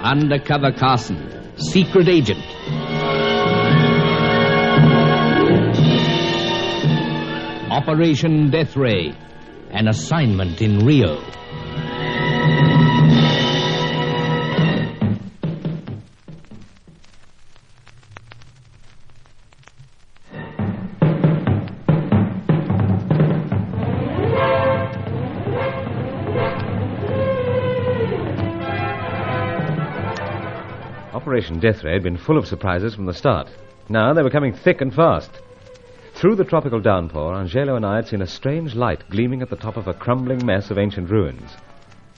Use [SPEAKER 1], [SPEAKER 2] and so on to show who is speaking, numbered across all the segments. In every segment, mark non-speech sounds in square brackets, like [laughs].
[SPEAKER 1] Undercover Carson, secret agent. Operation Death Ray, an assignment in Rio.
[SPEAKER 2] Operation Death Ray had been full of surprises from the start. Now they were coming thick and fast. Through the tropical downpour, Angelo and I had seen a strange light gleaming at the top of a crumbling mess of ancient ruins.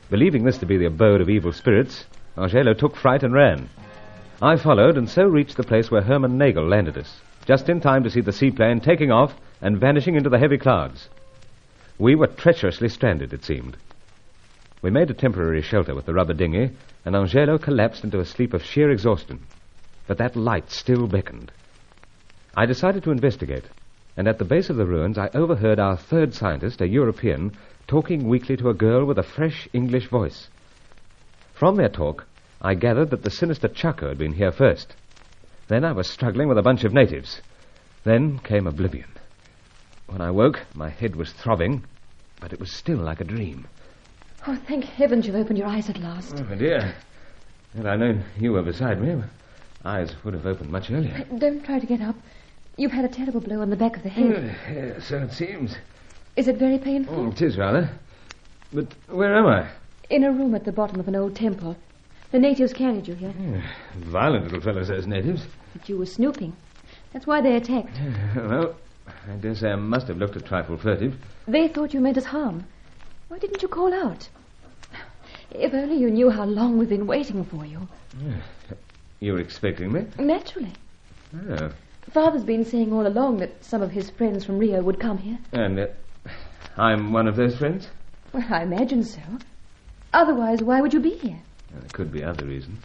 [SPEAKER 2] Believing this to be the abode of evil spirits, Angelo took fright and ran. I followed and so reached the place where Herman Nagel landed us, just in time to see the seaplane taking off and vanishing into the heavy clouds. We were treacherously stranded, it seemed. We made a temporary shelter with the rubber dinghy, and Angelo collapsed into a sleep of sheer exhaustion. But that light still beckoned. I decided to investigate, and at the base of the ruins I overheard our third scientist, a European, talking weakly to a girl with a fresh English voice. From their talk, I gathered that the sinister Chaco had been here first. Then I was struggling with a bunch of natives. Then came oblivion. When I woke, my head was throbbing, but it was still like a dream.
[SPEAKER 3] Oh, thank heavens you've opened your eyes at last.
[SPEAKER 2] Oh, my dear. Had I known you were beside me, my eyes would have opened much earlier.
[SPEAKER 3] Don't try to get up. You've had a terrible blow on the back of the head.
[SPEAKER 2] Uh, so it seems.
[SPEAKER 3] Is it very painful?
[SPEAKER 2] Oh, it is rather. But where am I?
[SPEAKER 3] In a room at the bottom of an old temple. The natives carried you here,
[SPEAKER 2] Violent little fellows, those natives. [sighs]
[SPEAKER 3] but you were snooping. That's why they attacked.
[SPEAKER 2] well, I dare say I must have looked a trifle furtive.
[SPEAKER 3] They thought you meant us harm. Why didn't you call out? If only you knew how long we've been waiting for you.
[SPEAKER 2] You were expecting me?
[SPEAKER 3] Naturally.
[SPEAKER 2] Oh.
[SPEAKER 3] Father's been saying all along that some of his friends from Rio would come here.
[SPEAKER 2] And uh, I'm one of those friends?
[SPEAKER 3] Well, I imagine so. Otherwise, why would you be here?
[SPEAKER 2] Well, there could be other reasons.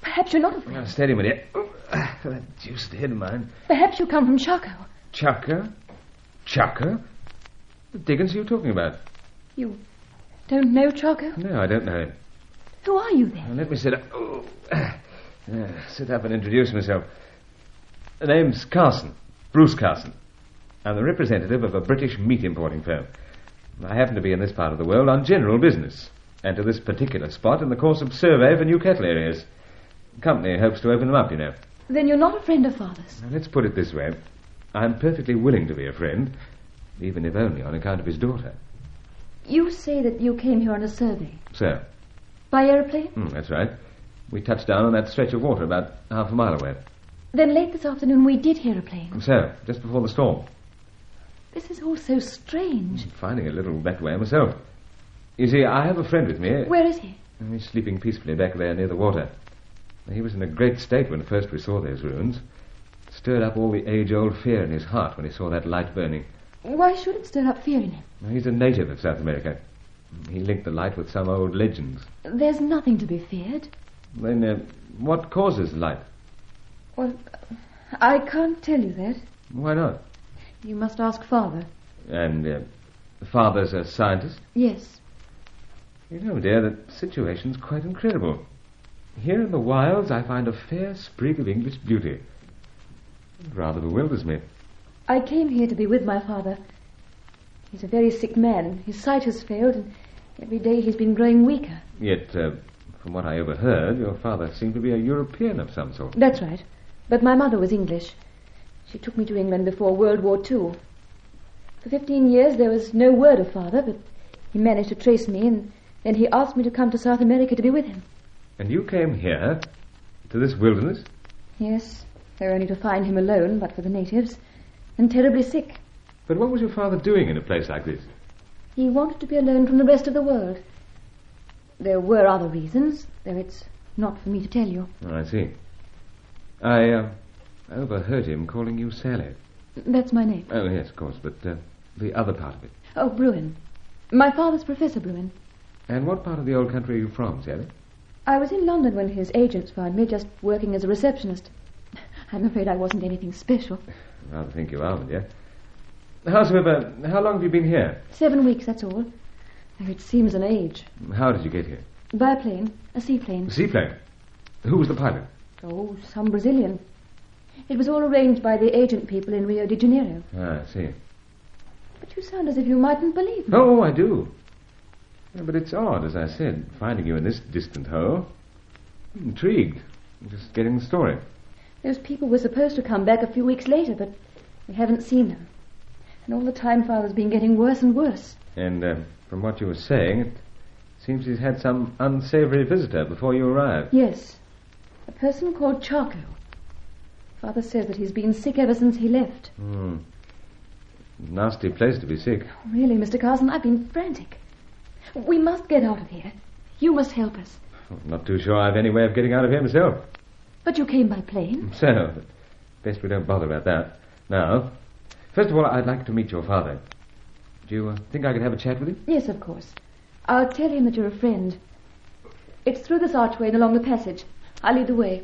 [SPEAKER 3] Perhaps you're not a friend.
[SPEAKER 2] Now, steady, my dear. Oh, [sighs] that deuced head of mine.
[SPEAKER 3] Perhaps you come from Chaco.
[SPEAKER 2] Chaka? Chaka? The dickens are you talking about?
[SPEAKER 3] You don't know Chaco?
[SPEAKER 2] No, I don't know him.
[SPEAKER 3] Who are you then?
[SPEAKER 2] Now, let me sit up. Oh, [clears throat] ah, sit up and introduce myself. The name's Carson, Bruce Carson. I'm the representative of a British meat importing firm. I happen to be in this part of the world on general business, and to this particular spot in the course of survey for new cattle areas. Company hopes to open them up, you know.
[SPEAKER 3] Then you're not a friend of father's.
[SPEAKER 2] Now, let's put it this way I'm perfectly willing to be a friend, even if only on account of his daughter.
[SPEAKER 3] You say that you came here on a survey.
[SPEAKER 2] So,
[SPEAKER 3] By aeroplane?
[SPEAKER 2] hmm, that's right. We touched down on that stretch of water about half a mile away.
[SPEAKER 3] Then late this afternoon we did hear a plane.
[SPEAKER 2] So, just before the storm.
[SPEAKER 3] This is all so strange.
[SPEAKER 2] Finding a little that way myself. You see, I have a friend with me.
[SPEAKER 3] Where is he?
[SPEAKER 2] He's sleeping peacefully back there near the water. He was in a great state when first we saw those ruins. Stirred up all the age old fear in his heart when he saw that light burning.
[SPEAKER 3] Why should it stir up fear in him?
[SPEAKER 2] He's a native of South America. He linked the light with some old legends.
[SPEAKER 3] There's nothing to be feared.
[SPEAKER 2] Then, uh, what causes light?
[SPEAKER 3] Well, I can't tell you that.
[SPEAKER 2] Why not?
[SPEAKER 3] You must ask father.
[SPEAKER 2] And uh, the father's a scientist.
[SPEAKER 3] Yes.
[SPEAKER 2] You know, dear, the situation's quite incredible. Here in the wilds, I find a fair sprig of English beauty. It rather bewilders me.
[SPEAKER 3] I came here to be with my father. He's a very sick man. His sight has failed, and every day he's been growing weaker.
[SPEAKER 2] Yet, uh, from what I overheard, your father seemed to be a European of some sort.
[SPEAKER 3] That's right. But my mother was English. She took me to England before World War II. For 15 years there was no word of father, but he managed to trace me, and then he asked me to come to South America to be with him.
[SPEAKER 2] And you came here, to this wilderness?
[SPEAKER 3] Yes, though only to find him alone, but for the natives, and terribly sick.
[SPEAKER 2] But what was your father doing in a place like this?
[SPEAKER 3] He wanted to be alone from the rest of the world. There were other reasons, though it's not for me to tell you.
[SPEAKER 2] Oh, I see. I uh, overheard him calling you Sally.
[SPEAKER 3] That's my name.
[SPEAKER 2] Oh, yes, of course, but uh, the other part of it.
[SPEAKER 3] Oh, Bruin. My father's Professor Bruin.
[SPEAKER 2] And what part of the old country are you from, Sally?
[SPEAKER 3] I was in London when his agents found me, just working as a receptionist. [laughs] I'm afraid I wasn't anything special.
[SPEAKER 2] I rather think you are, my dear. Howsoever, how long have you been here?
[SPEAKER 3] Seven weeks, that's all. Though it seems an age.
[SPEAKER 2] How did you get here?
[SPEAKER 3] By plane, a seaplane.
[SPEAKER 2] Seaplane. Who was the pilot?
[SPEAKER 3] Oh, some Brazilian. It was all arranged by the agent people in Rio de Janeiro.
[SPEAKER 2] Ah, I see.
[SPEAKER 3] But you sound as if you mightn't believe me.
[SPEAKER 2] Oh, I do. Yeah, but it's odd, as I said, finding you in this distant hole. Intrigued. Just getting the story.
[SPEAKER 3] Those people were supposed to come back a few weeks later, but we haven't seen them. And all the time, Father's been getting worse and worse.
[SPEAKER 2] And uh, from what you were saying, it seems he's had some unsavory visitor before you arrived.
[SPEAKER 3] Yes, a person called Charco. Father says that he's been sick ever since he left.
[SPEAKER 2] Hmm. Nasty place to be sick.
[SPEAKER 3] Really, Mr. Carson, I've been frantic. We must get out of here. You must help us.
[SPEAKER 2] I'm not too sure I have any way of getting out of here myself.
[SPEAKER 3] But you came by plane.
[SPEAKER 2] So, "Oh, but best we don't bother about that. Now, first of all, I'd like to meet your father. Do you uh, think I could have a chat with him?
[SPEAKER 3] Yes, of course. I'll tell him that you're a friend. It's through this archway and along the passage. I'll lead the way.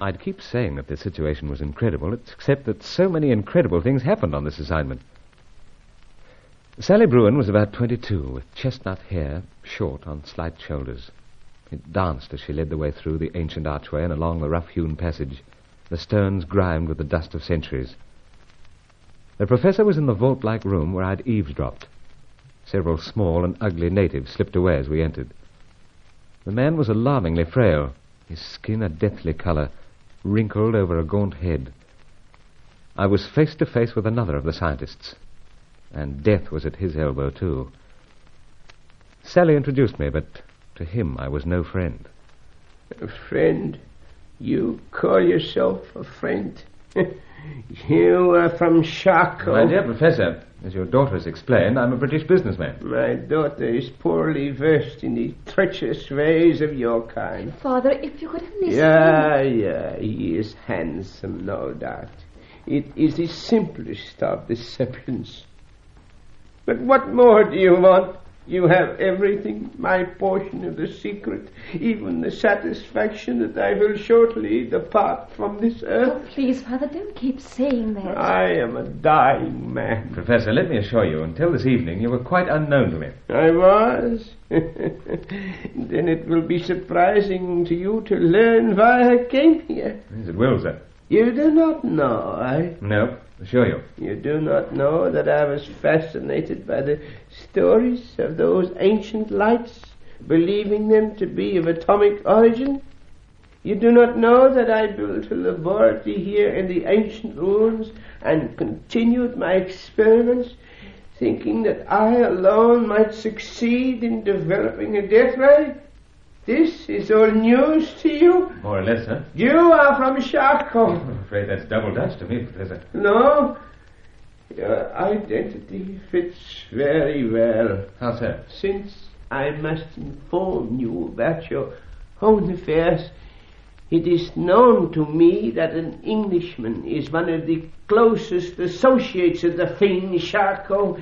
[SPEAKER 2] I'd keep saying that this situation was incredible, except that so many incredible things happened on this assignment. Sally Bruin was about 22, with chestnut hair, short on slight shoulders. It danced as she led the way through the ancient archway and along the rough-hewn passage, the stones grimed with the dust of centuries. The professor was in the vault-like room where I'd eavesdropped. Several small and ugly natives slipped away as we entered. The man was alarmingly frail, his skin a deathly color, wrinkled over a gaunt head. I was face to face with another of the scientists, and death was at his elbow, too. Sally introduced me, but to him I was no friend.
[SPEAKER 4] A friend? You call yourself a friend? [laughs] you are from Shaco.
[SPEAKER 2] My dear Professor, as your daughter has explained, I'm a British businessman.
[SPEAKER 4] My daughter is poorly versed in the treacherous ways of your kind.
[SPEAKER 3] Father, if you could only
[SPEAKER 4] Yeah, yeah, he is handsome, no doubt. It is the simplest of deceptions. But what more do you want? You have everything, my portion of the secret, even the satisfaction that I will shortly depart from this
[SPEAKER 3] Oh,
[SPEAKER 4] earth.
[SPEAKER 3] please, Father, don't keep saying that.
[SPEAKER 4] I am a dying man.
[SPEAKER 2] Professor, let me assure you, until this evening you were quite unknown to me.
[SPEAKER 4] I was. [laughs] then it will be surprising to you to learn why I came here.
[SPEAKER 2] Yes, it will, sir.
[SPEAKER 4] You do not know, I.
[SPEAKER 2] No, assure you.
[SPEAKER 4] You do not know that I was fascinated by the stories of those ancient lights, believing them to be of atomic origin. You do not know that I built a laboratory here in the ancient ruins and continued my experiments, thinking that I alone might succeed in developing a death ray. This is all news to you.
[SPEAKER 2] More or less, sir. [laughs]
[SPEAKER 4] You are from Charcot.
[SPEAKER 2] I'm afraid that's double dutch to me, Professor.
[SPEAKER 4] No, your identity fits very well.
[SPEAKER 2] How, sir?
[SPEAKER 4] Since I must inform you about your own affairs, it is known to me that an Englishman is one of the closest associates of the fiend Charcot.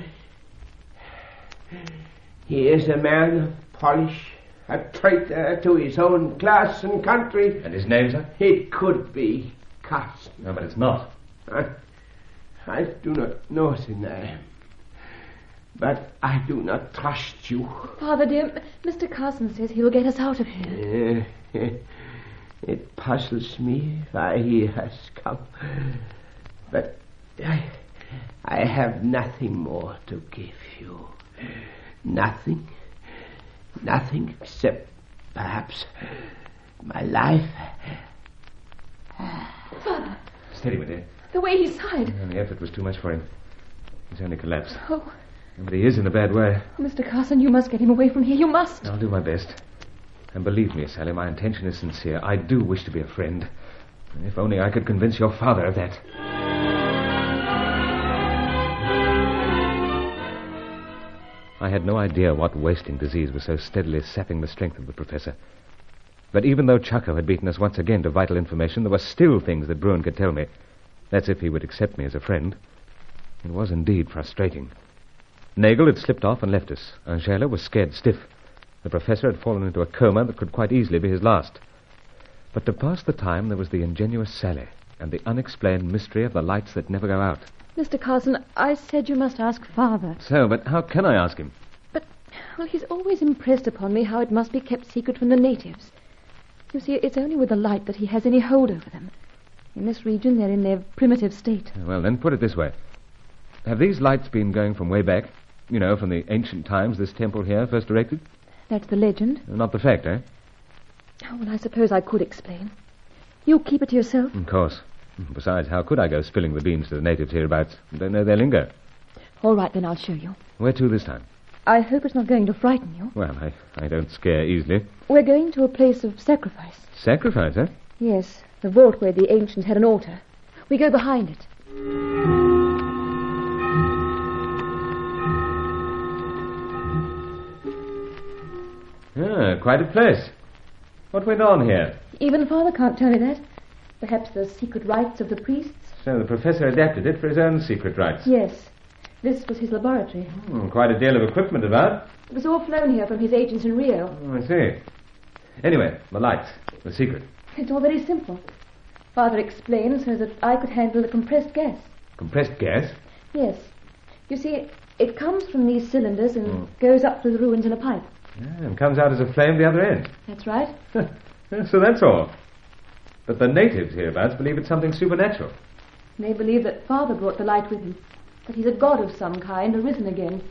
[SPEAKER 4] He is a man of polish, a traitor to his own class and country.
[SPEAKER 2] And his name, sir?
[SPEAKER 4] It could be Carson.
[SPEAKER 2] No, but it's not.
[SPEAKER 4] I, I do not know, Sinai. But I do not trust you.
[SPEAKER 3] Father, dear, M- Mr. Carson says he will get us out of here.
[SPEAKER 4] Eh, eh, It puzzles me why he has come. But I, I have nothing more to give you. Nothing. Nothing except perhaps my life.
[SPEAKER 2] Steady, my dear.
[SPEAKER 3] The way he sighed.
[SPEAKER 2] And the effort was too much for him. He's only collapsed.
[SPEAKER 3] Oh,
[SPEAKER 2] But he is in a bad way.
[SPEAKER 3] Mr. Carson, you must get him away from here. You must.
[SPEAKER 2] I'll do my best. And believe me, Sally, my intention is sincere. I do wish to be a friend. And if only I could convince your father of that. I had no idea what wasting disease was so steadily sapping the strength of the professor. But even though Chucko had beaten us once again to vital information, there were still things that Bruin could tell me. That's if he would accept me as a friend. It was indeed frustrating. Nagel had slipped off and left us. Angela was scared stiff. The professor had fallen into a coma that could quite easily be his last. But to pass the time, there was the ingenuous Sally and the unexplained mystery of the lights that never go out.
[SPEAKER 3] Mr. Carson, I said you must ask Father.
[SPEAKER 2] So, but how can I ask him?
[SPEAKER 3] But, well, he's always impressed upon me how it must be kept secret from the natives. You see, it's only with the light that he has any hold over them. In this region, they're in their primitive state.
[SPEAKER 2] Well, then, put it this way. Have these lights been going from way back? You know, from the ancient times this temple here first erected?
[SPEAKER 3] That's the legend.
[SPEAKER 2] Not the fact, eh?
[SPEAKER 3] Oh, well, I suppose I could explain. You keep it to yourself.
[SPEAKER 2] Of course. Besides, how could I go spilling the beans to the natives hereabouts? Don't know their lingo.
[SPEAKER 3] All right, then I'll show you.
[SPEAKER 2] Where to this time?
[SPEAKER 3] I hope it's not going to frighten you.
[SPEAKER 2] Well, I, I don't scare easily.
[SPEAKER 3] We're going to a place of sacrifice.
[SPEAKER 2] Sacrifice, eh?
[SPEAKER 3] Yes, the vault where the ancients had an altar. We go behind it.
[SPEAKER 2] Ah, quite a place. What went on here?
[SPEAKER 3] Even Father can't tell me that. Perhaps the secret rites of the priests?
[SPEAKER 2] So the professor adapted it for his own secret rites.
[SPEAKER 3] Yes. This was his laboratory.
[SPEAKER 2] Hmm, quite a deal of equipment about.
[SPEAKER 3] It was all flown here from his agents in Rio.
[SPEAKER 2] Oh, I see. Anyway, the lights, the secret.
[SPEAKER 3] It's all very simple. Father explained so that I could handle the compressed gas.
[SPEAKER 2] Compressed gas.
[SPEAKER 3] Yes. You see, it comes from these cylinders and goes up through the ruins in a pipe.
[SPEAKER 2] Ah, and comes out as a flame the other end. [laughs]
[SPEAKER 3] That's right.
[SPEAKER 2] so that's all. But the natives hereabouts believe it's something supernatural.
[SPEAKER 3] They believe that Father brought the light with him, that he's a god of some kind, arisen again.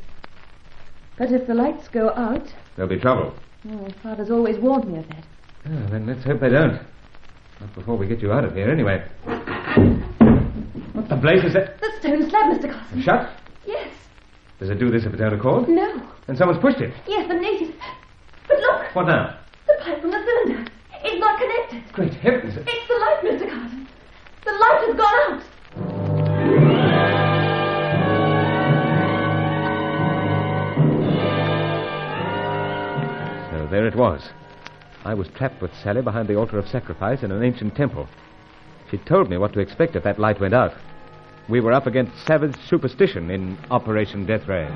[SPEAKER 3] But if the lights go out,
[SPEAKER 2] There'll be trouble.
[SPEAKER 3] oh, Father's always warned me of that.
[SPEAKER 2] Ah, then let's hope they don't. Not before we get you out of here, anyway. What the blaze is that?
[SPEAKER 3] The stone slab, Mr. Carson.
[SPEAKER 2] Shut?
[SPEAKER 3] Yes.
[SPEAKER 2] Does it do this of its own accord?
[SPEAKER 3] No.
[SPEAKER 2] And someone's pushed it.
[SPEAKER 3] Yes, the natives. But look,
[SPEAKER 2] What now?
[SPEAKER 3] the pipe from the cylinder. It's not connected.
[SPEAKER 2] Great heavens!
[SPEAKER 3] It's the light, Mr. Carson. The light has gone out.
[SPEAKER 2] So there it was. I was trapped with Sally behind the altar of sacrifice in an ancient temple. She told me what to expect if that light went out. We were up against savage superstition in Operation Death Ray.